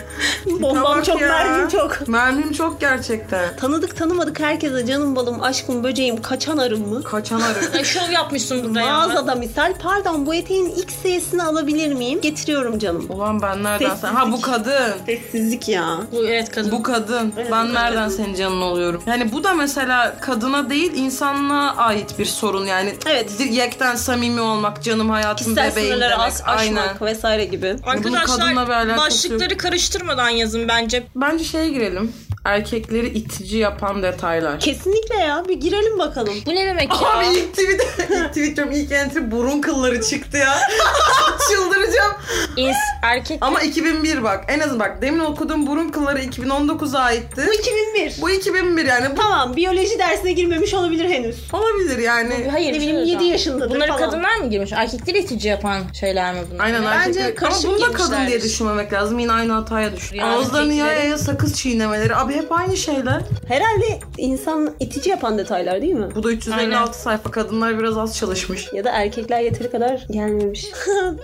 B: Bombam
A: Tamam
B: çok,
A: ya.
B: mermim çok.
A: Mermim çok gerçekten.
B: Tanıdık tanımadık herkese canım balım, aşkım, böceğim, kaçan arım mı?
A: Kaçan arı.
C: Ay, şov yapmışsın burada ya.
B: Mağazada misal pardon bu eteğin XS'sini alabilir miyim? Getiriyorum canım.
A: Ulan ben nereden sen?
B: Sessizlik.
A: Ha bu kadın.
B: Sessizlik ya.
C: Bu evet kadın.
A: Bu kadın.
B: Evet,
A: ben
B: bu
A: nereden
B: kadın.
A: senin canın oluyorum? Yani bu da mesela kadına değil insanlığa ait bir sorun yani.
B: Evet.
A: Yekten samimi olmak, canım hayatım
B: Kişisel
A: bebeğim
B: sınırları
A: demek.
B: aş- aşmak
A: Aynen.
B: vesaire gibi.
A: kadınla bir
C: Arkadaşlar
A: alakası
C: başlıkları karıştırmadan yazın bence.
A: Bence şeye girelim. Erkekleri itici yapan detaylar.
B: Kesinlikle ya bir girelim bakalım.
C: Bu ne demek ya?
A: Abi ilk tweet, ilk tweet diyorum, ilk entry burun kılları çıktı ya. Çıldıracağım.
C: İns, erkek
A: Ama 2001 bak. En azından bak demin okuduğum burun kılları 2019'a aitti.
B: Bu 2001.
A: Bu 2001 yani. Bu
B: Tamam biyoloji dersine girmemiş olabilir henüz.
A: olabilir yani.
C: Hayır.
B: Ne
C: bir
B: bileyim
C: şey
B: 7
C: hocam.
B: yaşındadır
C: Bunları
B: falan.
C: kadınlar mı girmiş? Erkekleri itici yapan şeyler mi bunlar?
A: Aynen
C: Bence
A: erkekler. Ama
C: karışık
A: bunu da kadın
C: girmişler.
A: diye düşünmemek lazım. Yine aynı hataya düşür.
C: Yani
A: Ağızlarını
C: erkeklerin-
A: yaya yaya sakız çiğnemeleri. Abi hep aynı şeyler.
B: Herhalde insan itici yapan detaylar değil mi?
A: Bu da 356
C: Aynen.
A: sayfa. Kadınlar biraz az çalışmış.
B: Ya da erkekler yeteri kadar gelmemiş.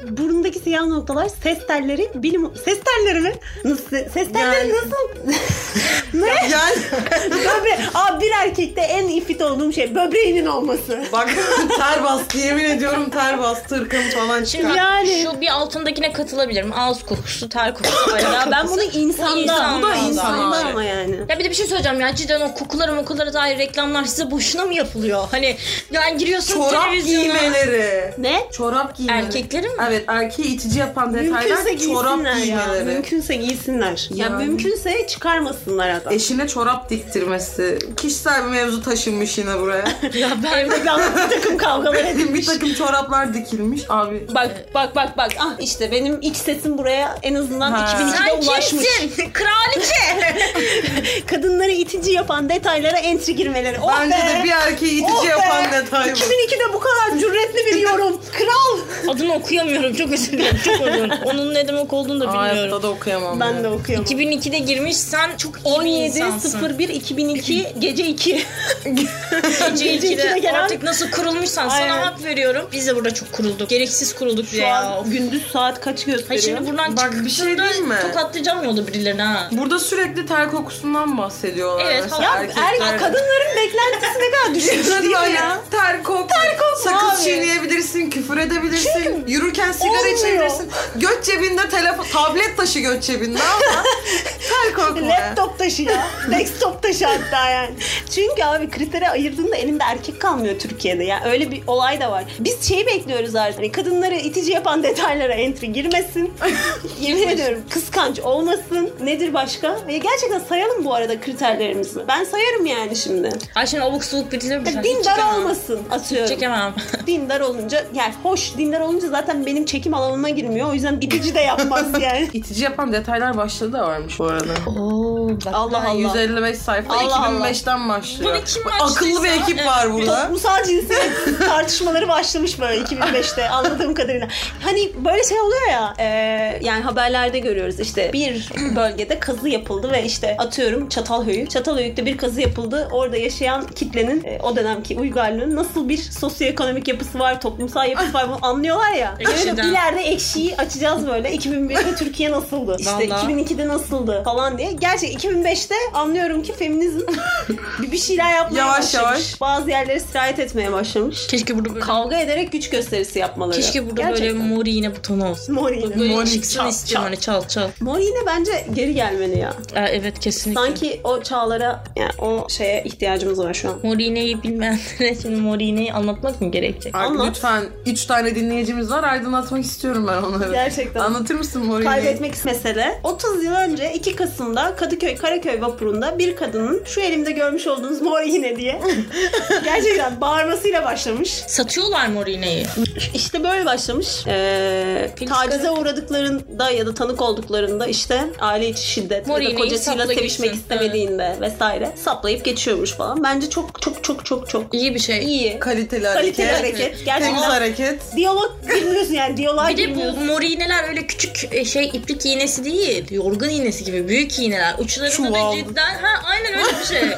B: Burundaki siyah noktalar ses telleri bilim... Ses telleri mi? Nasıl? Ses telleri
A: Yani-
B: nasıl? ne?
A: Yani
B: Böbre... Aa bir erkekte en ifit olduğum şey böbreğinin olması.
A: bak ter bastı. Yemin ediyorum ter bastı. Hırkım falan çıkar.
C: Şimdi
B: Yani.
C: şu bir altındakine katılabilirim. Ağız kokusu, ter kokusu. ya ben bunu...
B: insanda...
C: insanda.
B: Bu da insanda
A: İnsanda.
B: ama yani.
C: Ya bir de bir şey söyleyeceğim ya cidden o kokulara mokulara dair reklamlar size boşuna mı yapılıyor? Hani yani giriyorsun
A: Çorap
C: televizyona.
A: giymeleri.
B: Ne?
A: Çorap giymeleri.
C: Erkeklerin mi?
A: Evet erkeği itici yapan detaylar çorap
B: ya.
A: giymeleri.
B: Mümkünse giysinler. Ya
A: Yani.
B: mümkünse çıkarmasınlar adam.
A: Eşine çorap diktirmesi. Kişisel bir mevzu taşınmış yine buraya.
C: Ya ben
B: Evde bir takım kavgalar edin.
A: bir takım çoraplar dikilmiş abi.
B: Bak bak bak bak. Ah işte benim iç sesim buraya en azından
A: Ha.
B: 2002'de
C: sen
B: ulaşmış.
C: kimsin? Kraliçe.
B: Kadınları itici yapan detaylara entry girmeleri. Oh
A: Bence
B: be!
A: de bir erkeği itici
B: Oh be!
A: yapan detay bu.
B: 2002'de bu kadar cüretli bir yorum. Kral.
C: Adını okuyamıyorum çok özür dilerim çok özür dilerim. Onun ne demek olduğunu da bilmiyorum.
A: Hayatta da okuyamam.
B: Ben
A: ya.
B: de okuyorum.
C: 2002'de girmiş sen çok iyi bir
B: 17
C: insansın.
B: 01 2002 gece 2.
C: Gece
B: Gece ikide
C: 2'de
B: gelen-
C: artık nasıl kurulmuşsan
B: Aynen.
C: sana hak veriyorum. Biz de burada çok kurulduk. Gereksiz kurulduk
B: Şu
C: bile ya.
B: an gündüz saat kaç
C: Ay
B: gösteriyor?
C: şimdi buradan
A: Bak,
C: çıkıp
A: bir şey
C: da
A: diyeyim mi?
C: tokatlayacağım yolda birilerini ha.
A: Burada sürekli ter kokusundan bahsediyorlar.
C: Evet,
A: mesela
B: ya
A: erkekler de.
B: erkek kadınların beklentisi ne kadar düşük
A: Kadın
B: değil mi
A: böyle
B: ya?
A: ter kok, ter sakız
B: abi.
A: çiğneyebilirsin, küfür edebilirsin, yürürken sigara
B: olmuyor.
A: içebilirsin. Göt cebinde telefon, tablet taşı göt cebinde ama ter kokma. ya.
B: Laptop taşı ya. Desktop taşı hatta yani. Çünkü abi kriteri ayırdığında elinde erkek kalmıyor Türkiye'de. Yani öyle bir olay da var. Biz şeyi bekliyoruz artık. Hani kadınları itici yapan detaylara entry girmesin. Yemin ediyorum kıskanç olmasın. Nedir başka? Ve gerçekten sayalım bu arada kriterlerimizi. Ben sayarım yani şimdi.
C: Ay şimdi abuk subuk birileri
B: Ya, dindar olmasın atıyorum.
C: Çekemem.
B: Dindar olunca yani hoş dindar olunca zaten benim çekim alanıma girmiyor. O yüzden itici de yapmaz yani.
A: İtici yapan detaylar başlığı da varmış bu arada.
C: Oo, bak.
B: Allah
A: Yani
B: Allah.
A: 155 sayfa
B: Allah Allah.
A: 2005'ten başlıyor.
C: Bunu kim
A: Bak,
C: açtıysa,
A: Akıllı bir ekip
C: evet.
A: var burada.
B: Toplumsal cinsiyet tartışmaları başlamış böyle 2005'te anladığım kadarıyla. Hani böyle şey oluyor ya e, yani haberlerde görüyoruz işte bir bölgede kazı yapıldı ve işte atıyorum Çatalhöyük. Çatalhöyük'te bir kazı yapıldı. Orada yaşayan kitlenin e, o dönemki uygarlığın nasıl bir sosyo sosyoekonomik yapısı var, toplumsal yapısı var bunu anlıyorlar ya.
E: Ekşiden.
B: Böyle ileride ekşiyi açacağız böyle. 2005'te Türkiye nasıldı? İşte
C: Vallahi.
B: 2002'de nasıldı falan diye. Gerçek 2005'te anlıyorum ki feminizm bir bir şeyler yapmaya
A: Yavaş
B: başlamış.
A: yavaş.
B: Bazı yerlere sirayet etmeye başlamış.
C: Keşke burada böyle,
B: Kavga ederek güç gösterisi yapmaları.
C: keşke burada
B: Gerçekten.
C: böyle mor iğne butonu olsun.
B: Mor iğne.
C: Böyle
A: Mor-
C: çıksın
B: Çal, çal.
C: istiyorum hani çal çal.
B: Mor iğne bence geri gelmeli ya.
C: Aa, evet kesinlikle.
B: Sanki o çağlara, yani o şeye ihtiyacımız var şu an.
C: Mor iğneyi bilmeyenlere şimdi mor iğneyi anlatmak mı gerekecek?
A: Ay,
B: Anlat.
A: lütfen 3 tane dinleyicimiz var aydınlatmak istiyorum ben onları.
B: Gerçekten.
A: Anlatır mısın Mori'yi?
B: kaybetmek mesele. 30 yıl önce 2 Kasım'da Kadıköy Karaköy vapurunda bir kadının şu elimde görmüş olduğunuz mor iğne diye gerçekten bağırmasıyla başlamış.
C: Satıyorlar mor iğneyi.
B: İşte böyle başlamış. Ee,
C: Filiz
B: tacize
C: Karaköy.
B: uğradıklarında ya da tanık olduklarında işte aile içi şiddet
C: Mor
B: ya da
C: iğneyi
B: kocasıyla
C: sapla
B: sevişmek
C: gitsin.
B: istemediğinde vesaire saplayıp geçiyormuş falan. Bence çok çok çok çok çok
C: İyi bir şey.
B: iyi.
A: Kaliteli hareket.
B: Kaliteli hareket.
A: Temiz
B: Gerçekten
A: hareket.
B: diyalog bilmiyorsun yani diyaloğa
C: Bir de bu
B: girmiyorsun.
C: mor iğneler öyle küçük e, şey iplik iğnesi değil. Yorgan iğnesi gibi büyük iğneler. Uçlarında da
A: Çuval.
C: cidden ha aynen öyle bir şey. E,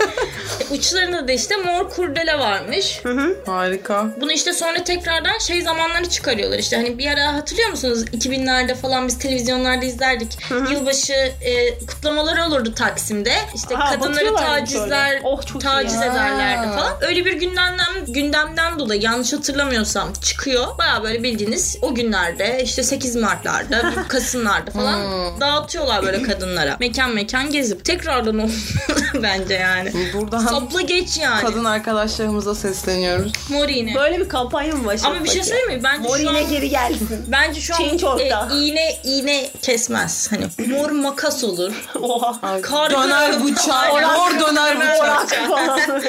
C: Uçlarında da işte mor kurdele varmış.
A: Harika.
C: Bunu işte sonra tekrardan şey zamanları çıkarıyorlar. İşte hani bir ara hatırlıyor musunuz? 2000'lerde falan biz televizyonlarda izlerdik. Yılbaşı e, kutlamaları olurdu Taksim'de. İşte
B: Aha,
C: kadınları
B: batıyorlar mı şöyle?
C: tacizler,
B: Oh, çok iyi
C: taciz
A: ya.
C: ederlerdi
A: Ha.
C: falan. Öyle bir gündemden gündemden dolayı yanlış hatırlamıyorsam çıkıyor. Baya böyle bildiğiniz o günlerde işte 8 Mart'larda, Kasım'larda falan
B: Hmm.
C: dağıtıyorlar böyle kadınlara. Mekan mekan gezip tekrardan olmalı bence yani.
A: Buradan
C: Sapla geç yani.
A: kadın arkadaşlarımıza sesleniyoruz.
C: Mor iğne.
B: Böyle bir kampanya mı başlattı?
C: Ama bir şey söyleyeyim mi? Bence
B: Mor
C: şu an
B: iğne geri gelsin.
C: Bence şu an
B: Change orada.
C: e, iğne iğne kesmez. Hani mor makas olur.
B: Oha.
C: Karga-
A: döner bıçağı.
C: Aynen.
A: Mor döner bıçağı.
B: Orak falan.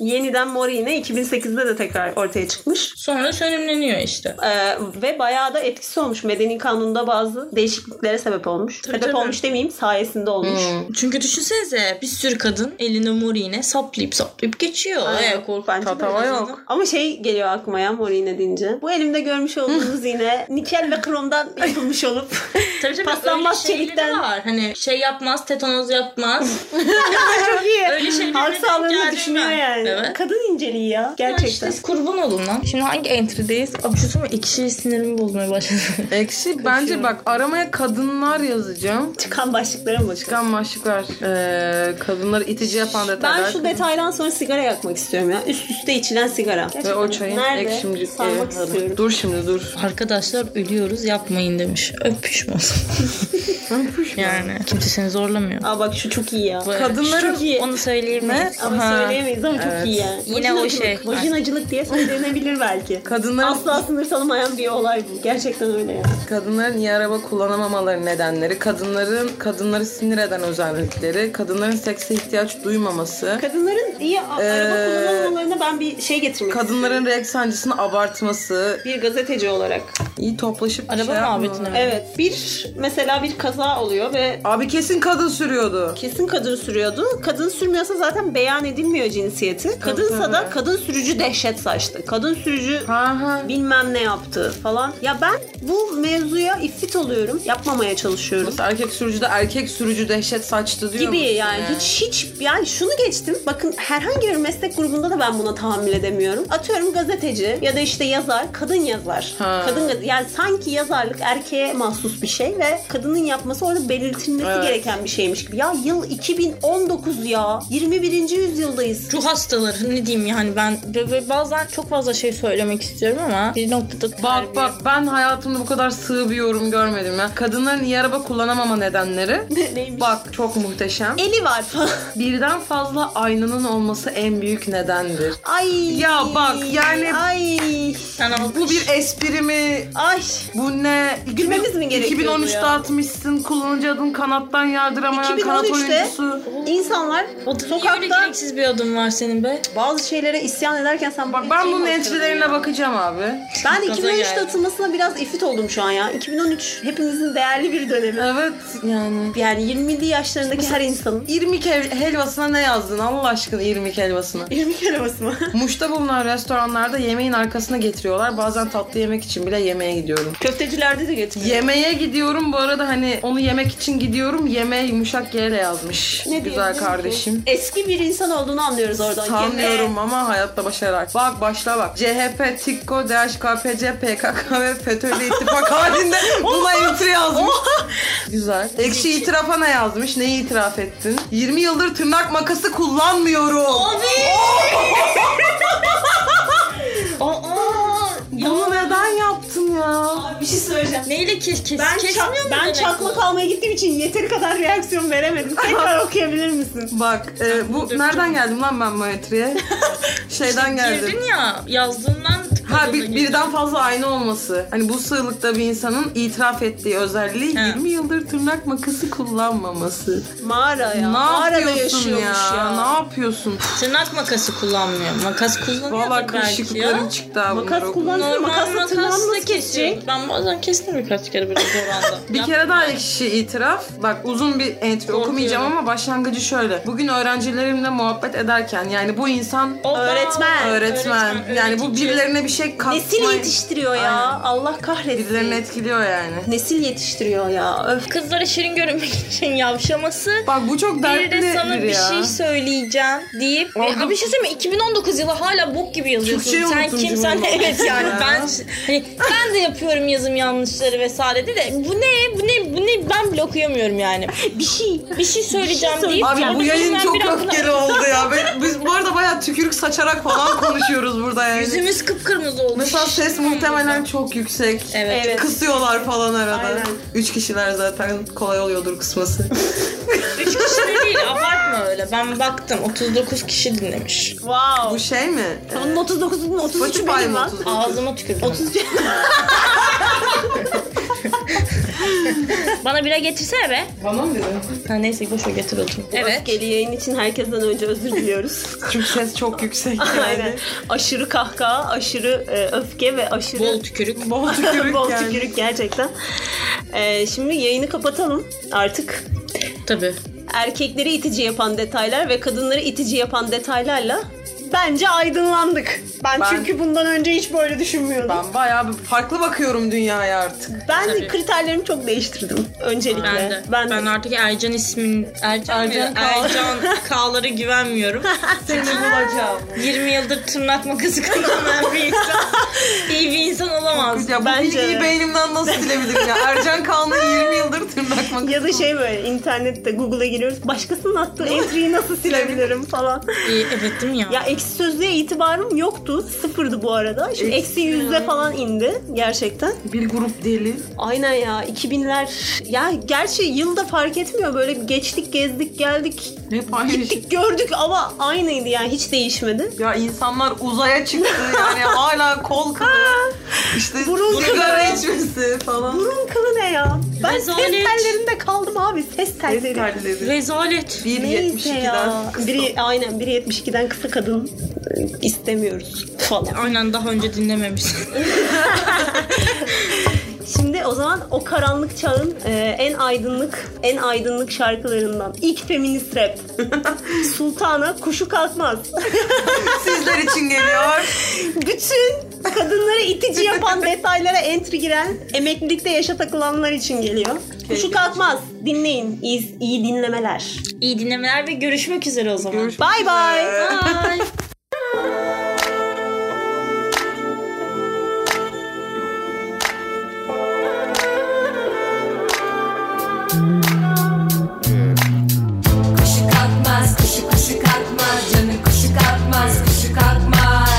B: Yeniden mor iğne 2008'de de tekrar ortaya çıkmış.
C: Sonra sönümleniyor işte.
B: Ee, ve bayağı da etkisi olmuş. Medeni kanunda bazı değişikliklere sebep olmuş. sebep
C: tabii.
B: olmuş demeyeyim sayesinde olmuş.
C: Çünkü düşünsenize bir sürü kadın eline mor iğne saplayıp saplayıp geçiyor.
B: Aynen.
C: Ayak korku.
B: Bence de
A: Tatava
B: öyle.
A: yok.
B: Ama şey geliyor aklıma ya mor iğne deyince. Bu elimde görmüş olduğunuz iğne nikel ve kromdan yapılmış olup
C: Tabii tabii
B: Paslanmaz
C: öyle şeyleri
B: çelikten.
C: de var. Hani şey yapmaz, tetanoz yapmaz.
B: çok iyi.
C: Öyle şeylere
B: Halk
C: denk
B: sağlığını
C: geldim
B: düşünüyor
C: ben.
B: yani.
C: Evet.
B: Kadın inceliği ya.
C: Ya
B: Gerçekten.
C: işte kurban olun lan. Şimdi hangi entry'deyiz? Abşutum mu? ekşi sinirimi bozmaya başladı.
A: Ekşi bence bak aramaya kadınlar yazacağım.
B: Çıkan başlıklara mı çıkan?
A: Çıkan başlıklar. Ee, kadınları itici yapan detaylar.
B: Ben şu detaydan sonra sigara yakmak istiyorum ya. Üst üste içilen sigara.
A: Ve o çayın
B: Nerede?
A: ekşimci.
B: Sarmak istiyorum.
A: Dur şimdi dur.
C: Arkadaşlar ölüyoruz yapmayın demiş. Öpüşme o zaman. Yani kimse seni zorlamıyor.
B: Aa bak şu çok iyi ya.
A: Kadınların-
B: Şu çok iyi.
C: Onu söyleyeyim mi?
B: Ama
A: Aha.
B: söyleyemeyiz ama
A: Evet.
B: çok iyi yani.
C: Yine o
B: Vajinacılık,
C: şey.
B: Vajinacılık diye söylenebilir belki.
A: Kadınların-
B: Asla sınır tanımayan bir olay bu. Gerçekten öyle ya.
A: Kadınların iyi araba kullanamamaları nedenleri, kadınların kadınları sinir eden özellikleri, kadınların sekse ihtiyaç duymaması,
B: Kadınların iyi a- araba
A: Ee,
B: kullanmalarına ben bir şey getirmek
A: kadınların renk sancısını abartması,
B: istiyorum. Bir gazeteci olarak.
A: iyi toplaşıp bir
C: Araba
A: şey yapmıyorlar.
C: muhabbetine mi?
B: Evet. Bir mesela bir kaza oluyor ve
A: Abi kesin kadın sürüyordu.
B: kesin kadın sürüyordu. Kadın sürmüyorsa zaten beyan edilmiyor cinsiyeti. Kadınsa da kadın sürücü dehşet saçtı. Kadın sürücü
A: Ha ha.
B: bilmem ne yaptı falan. Ya ben bu mevzuya iffit oluyorum. Yapmamaya çalışıyorum.
A: Mesela erkek sürücü de erkek sürücü dehşet saçtı diyor
B: gibi
A: musun
B: yani hiç hiç yani şunu geçtim bakın herhangi bir meslek grubunda da ben buna tahammül edemiyorum atıyorum gazeteci ya da işte yazar kadın yazar
A: Ha.
B: kadın gaz- yani sanki yazarlık erkeğe mahsus bir şey ve kadının yapması orada belirtilmesi
A: Evet.
B: gereken bir şeymiş gibi ya yıl 2019 ya 21. yüzyıldayız
C: Ruh hastaları ne diyeyim yani ben böyle bazen çok fazla şey söylemek istiyorum ama bir noktada terbiye-
A: Bak bak ben hayatımda bu kadar sığ bir yorum görmedim ya. Kadınların iyi araba kullanamama nedenleri.
B: neymiş
A: Bak çok muhteşem.
B: eli var falan
A: Birden fazla aynanın olması en büyük nedendir.
B: ay
A: Ya bak, yani-
B: ay
C: Sen al-
A: Bu bir espri mi?
B: ay
A: Bu ne?
B: Gülmemiz mi gerekiyordu
A: 2013'te
B: ya?
A: atmışsın kullanıcı adın kanattan yardıramayan kanat
B: 2013'te
A: oyuncusu.
B: insanlar
C: O da Sokakta... öyle
B: sokakta
C: gereksiz bir adım var senin be.
B: bazı şeylere isyan ederken sen
A: Bak ben bunun entry'lerine
B: entry'lerine
A: bakacağım abi.
B: Ben
C: Gaza
B: 2013'te
C: geldi.
B: atılmasına biraz ifit oldum şu an ya. 2013 hepimizin değerli bir dönemi.
A: Evet yani.
B: Yani 20'li yaşlarındaki her insanın.
A: 20 helvasına ne yazdın Allah aşkına? irmik helvasını.
B: 20 kere basma.
A: Muş'ta bulunan restoranlarda yemeğin arkasına getiriyorlar. Bazen tatlı yemek için bile yemeğe gidiyorum.
B: Köftecilerde de getiriyor.
A: Yemeğe gidiyorum bu arada hani onu yemek için gidiyorum. Yemeğe yumuşak yerle yazmış.
B: Ne
A: Güzel
B: diyorsun?
A: kardeşim.
B: Eski bir insan olduğunu anlıyoruz oradan.
A: Sanmıyorum ama hayatta başarılar. Bak başla bak. CHP, TİKKO, DHKPC, PKK ve FETÖ'yle ittifak halinde buna iftira yazmış. Güzel. Ekşi itirafa ne yazmış? Neyi itiraf ettin? 20 yıldır tırnak makası kullanmıyorum.
C: Aa,
A: Bunu neden yaptın ya?
B: Yemek- Bir şey söyleyeceğim.
C: neyle kes, kes,
B: Ben,
C: kesmiyor
B: çak-
C: mu
B: ben
C: demek
B: çakmak
C: bu?
B: almaya gittiğim için yeteri kadar reaksiyon veremedim. Tekrar okuyabilir misin?
A: Bak e, bu nereden geldim lan ben mametreye? Şeyden geldim.
C: Şey Girdin ya yazdığından
A: Ha
C: tıkladın
A: bir,
C: gibi.
A: birden fazla aynı olması. Hani bu sığlıkta bir insanın itiraf ettiği özelliği
C: Ha.
A: 20 yıldır tırnak makası kullanmaması.
B: Mağara ya.
A: ne
B: Mağarada
A: yapıyorsun ya?
B: yaşıyormuş ya.
A: Ne yapıyorsun?
D: Tırnak makası kullanmıyor. Makas kullanıyor
A: Valla
D: da belki
A: kırışıkların
D: ya.
A: çıktı ha bunlar.
B: Makas kullanıyor.
D: Normal
B: Makasla tırnağını
D: makasla
B: nasıl kesecek?
D: kesiyor. Ben bazen kestim birkaç kere böyle zoranda.
A: Bir kere daha iki kişi itiraf. Bak uzun bir entry okumayacağım ama başlangıcı şöyle. Bugün öğrencilerimle muhabbet ederken yani bu insan
C: Oba,
B: Öğretmen.
A: öğretmen. yani bu
C: öğretici.
A: birilerine bir şey katmayı...
B: Nesil yetiştiriyor ya.
A: Aynen.
B: Allah kahretsin.
A: Birilerini etkiliyor yani.
B: Nesil yetiştiriyor ya. Öf.
D: Kızlara şirin görünmek için yavşaması.
A: Bak bu çok
D: Bir
A: dertli
D: de sana bir
A: ya.
D: şey söyleyeceğim deyip.
A: Orada-
D: E, abi bir şey söyleyeyim mi? 2019 yılı hala bok gibi yazıyorsun.
A: Türkçeyi
D: Sen
A: unuttum
D: kimsen
A: cümleyi.
D: evet yani
A: Ya.
D: ben hani ben de yapıyorum yazım yanlışları vesaire de, de bu ne bu ne bu ne ben bile okuyamıyorum yani. Bir şey bir şey söyleyeceğim deyip.
A: Abi bu
D: yani
A: yayın
D: ben
A: çok
D: bir anda-
A: öfkeli oldu ya. Ben- biz bu arada bayağı tükürük saçarak falan konuşuyoruz burada yani.
D: Yüzümüz kıpkırmızı oldu.
A: Mesela ses muhtemelen çok yüksek.
D: Evet.
B: Evet.
A: Kısıyorlar falan arada.
B: Aynen.
A: Üç kişiler zaten kolay oluyordur kısması.
D: Üç kişi de değil abartma öyle. Ben baktım 39 kişi dinlemiş.
A: bu
B: Wow.
A: şey mi?
B: Onun 39'un 33'ü
A: Spotify
B: benim
A: mı
B: lan.
A: 30?
D: Ağzıma tükürdüm.
B: 33.
D: Bana bira getirsene be.
A: Bana mı dedin?
D: Ha, neyse boş ver getir otur.
C: Evet.
B: Öfkeli yayın için herkesten önce özür diliyoruz.
A: Çünkü ses çok yüksek
B: Aynen.
A: yani.
B: Aşırı kahkaha, aşırı e, öfke ve aşırı
D: Bol tükürük.
A: Bol tükürük
B: Bol
A: yani.
B: tükürük gerçekten. E, şimdi yayını kapatalım artık.
D: Tabii.
B: Erkekleri itici yapan detaylar ve kadınları itici yapan detaylarla bence aydınlandık. Ben,
A: Ben-
B: çünkü bundan önce hiç böyle düşünmüyordum. Ben,
A: Ben bayağı bir farklı bakıyorum dünyaya artık.
B: kriterlerimi çok değiştirdim öncelikle.
D: Ben de. Ben, artık Ercan ismin Ercan,
A: Ercan
D: mı?
A: Kağ-
D: Ercan Kağlara güvenmiyorum.
A: Seni bulacağım.
D: 20 yıldır tırnak makası kullanan bir insan. iyi bir insan olamaz.
A: Ya bu
B: Bence
A: bilgiyi
B: de.
A: beynimden nasıl silebilirim ya? Ercan Kaan'ın 20 yıldır tırnak makası.
B: Ya da şey böyle internette Google'a giriyoruz. Başkasının attığı entry'yi nasıl silebilirim falan.
D: İyi, evet değil mi ya?
B: Ya eksi sözlüğe itibarım yoktu. Sıfırdı bu arada. Şimdi eksi yüzde falan indi gerçekten.
A: Bir grup deli.
B: Aynen ya 2000'ler. Ya gerçi yılda fark etmiyor. Böyle geçtik gezdik geldik.
A: Hep aynı şey.
B: Gittik gördük ama aynıydı yani hiç değişmedi.
A: Ya insanlar uzaya çıktı yani hala kol kılı. İşte
B: Burun
A: sigara
B: kılı.
A: içmesi falan.
B: Burun kılı ne ya? Ben ses
D: Rezalet.
B: tellerinde kaldım abi ses telleri.
A: Terleri.
D: Rezalet.
A: 1.72'den.
B: Biri, aynen 1.72'den kısa kadın e, istemiyoruz falan.
D: Aynen daha önce dinlememişsin.
B: Şimdi o zaman o karanlık çağın e, en aydınlık en aydınlık şarkılarından ilk feminist rap Sultana kuşu kalkmaz.
A: Sizler için geliyor.
B: Bütün kadınları itici yapan detaylara entry giren emeklilikte yaşa takılanlar için geliyor. Kuşu kalkmaz. Dinleyin. İyi, iyi dinlemeler.
D: İyi dinlemeler ve görüşmek üzere o zaman.
B: Bye bye.
D: Bye.
F: Kuşu kalkmaz, kuşu kuşu kalkmaz, canı kuşu kalkmaz, kuşu kalkmaz.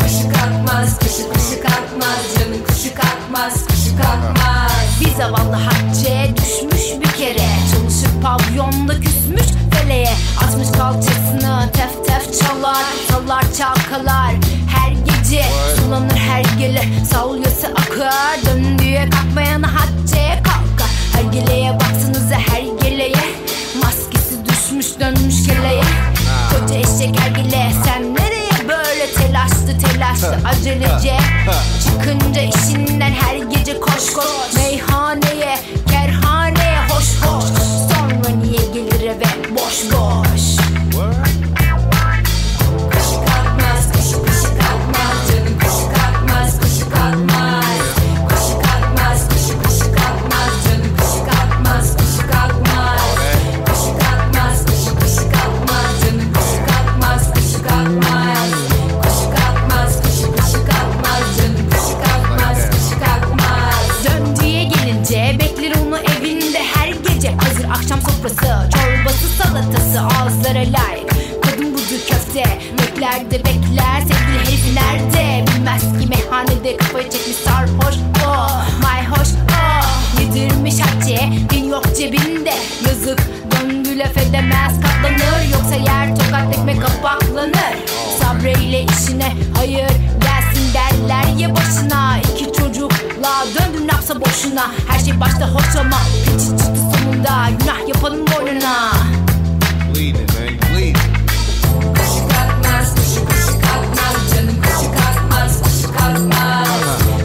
F: Kuşu kalkmaz, kuşu kuşu kalkmaz, canı kuşu kalkmaz, kuşu kalkmaz.
G: Bir zavallı harçeye düşmüş bir kere Çalışıp pavyonda küsmüş feleğe Atmış kalçasını tef tef çalar Sallar çalkalar her gece Sulanır her gele salyası akar Dön diye kalkmayana harçeye kalka Her geleye baksanıza her geleye Maskesi düşmüş dönmüş geleye Koca eşek her gele sen nereye böyle telaşlı telaşlı acelece Çıkınca işinden her gece koş koş Meyhaneye, kerhaneye hoş hoş Sonra niye gelir eve boş boş aşklara layık Kadın budur köfte Bekler de bekler Sevgili herifi nerede Bilmez ki meyhanede Kafayı çekmiş sarhoş oh My hoş oh Yedirmiş hacı Bin yok cebinde Yazık döngü laf edemez Katlanır yoksa yer tokat ekmek kapaklanır Sabreyle işine hayır gelsin derler ya başına iki çocukla döndüm napsa boşuna Her şey başta hoş ama Hiç çıktı sonunda günah yapanın boynuna
H: Bleeding, man, bleeding.
F: Koşu kalkmaz, koşu koşu kalkmaz, canım koşu kalkmaz, koşu kalkmaz.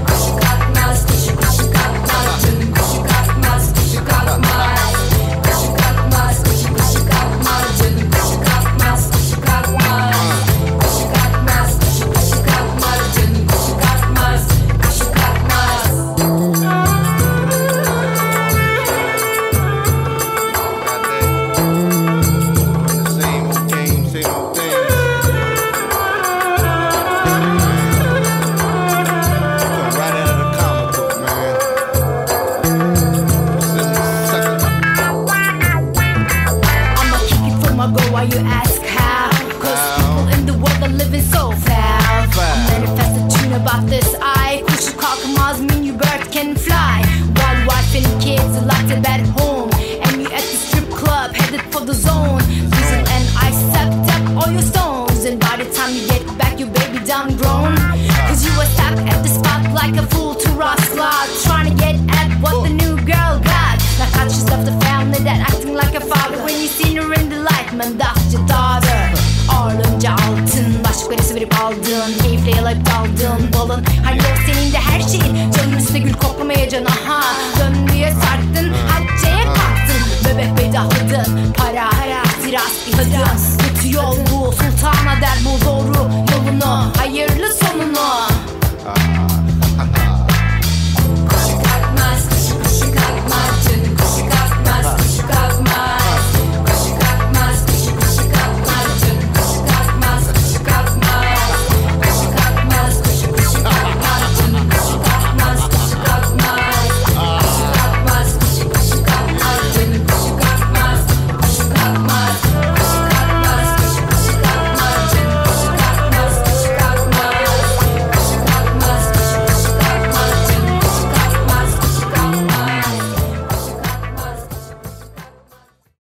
F: Koşu kalkmaz, koşu koşu kalkmaz, canım koşu kalkmaz, koşu kalkmaz. Koşu kalkmaz, koşu koşu kalkmaz, canım koşu kalkmaz, koşu kalkmaz. Koşu kalkmaz, koşu koşu kalkmaz, canım koşu kalkmaz, koşu kalkmaz.
H: Got that. Same old game, same old thing. Come right out of the comic book, man. Silly sucker.
G: I'ma kick it from my goal while you ask how. Cause people in the world are living so foul. I manifest a tune about this eye. Kuş kalkmaz mean you bird can fly. One wife and kids, a lot of at home. And you at the strip club, headed for the zone. Diesel and I sucked up all your stones. And by the time you get back, your baby done grown. Cause you were stuck at the spot like a fool to raw slot. Trying to get at what the new girl got. Now conscious of the family that acting like a father when you seen her in the light man that's your daughter Ağırlığınca altın başkalarısı verip aldın Keyifle yalayıp daldın balın Hani yok senin de her şeyin Canın üstüne gül koklamayacaksın aha Dön diye sarttın hacceye kalktın Bebek bedahladın para Para ihtiras ihtiras Kötü yol bu sultana der bu doğru yolunu Hayat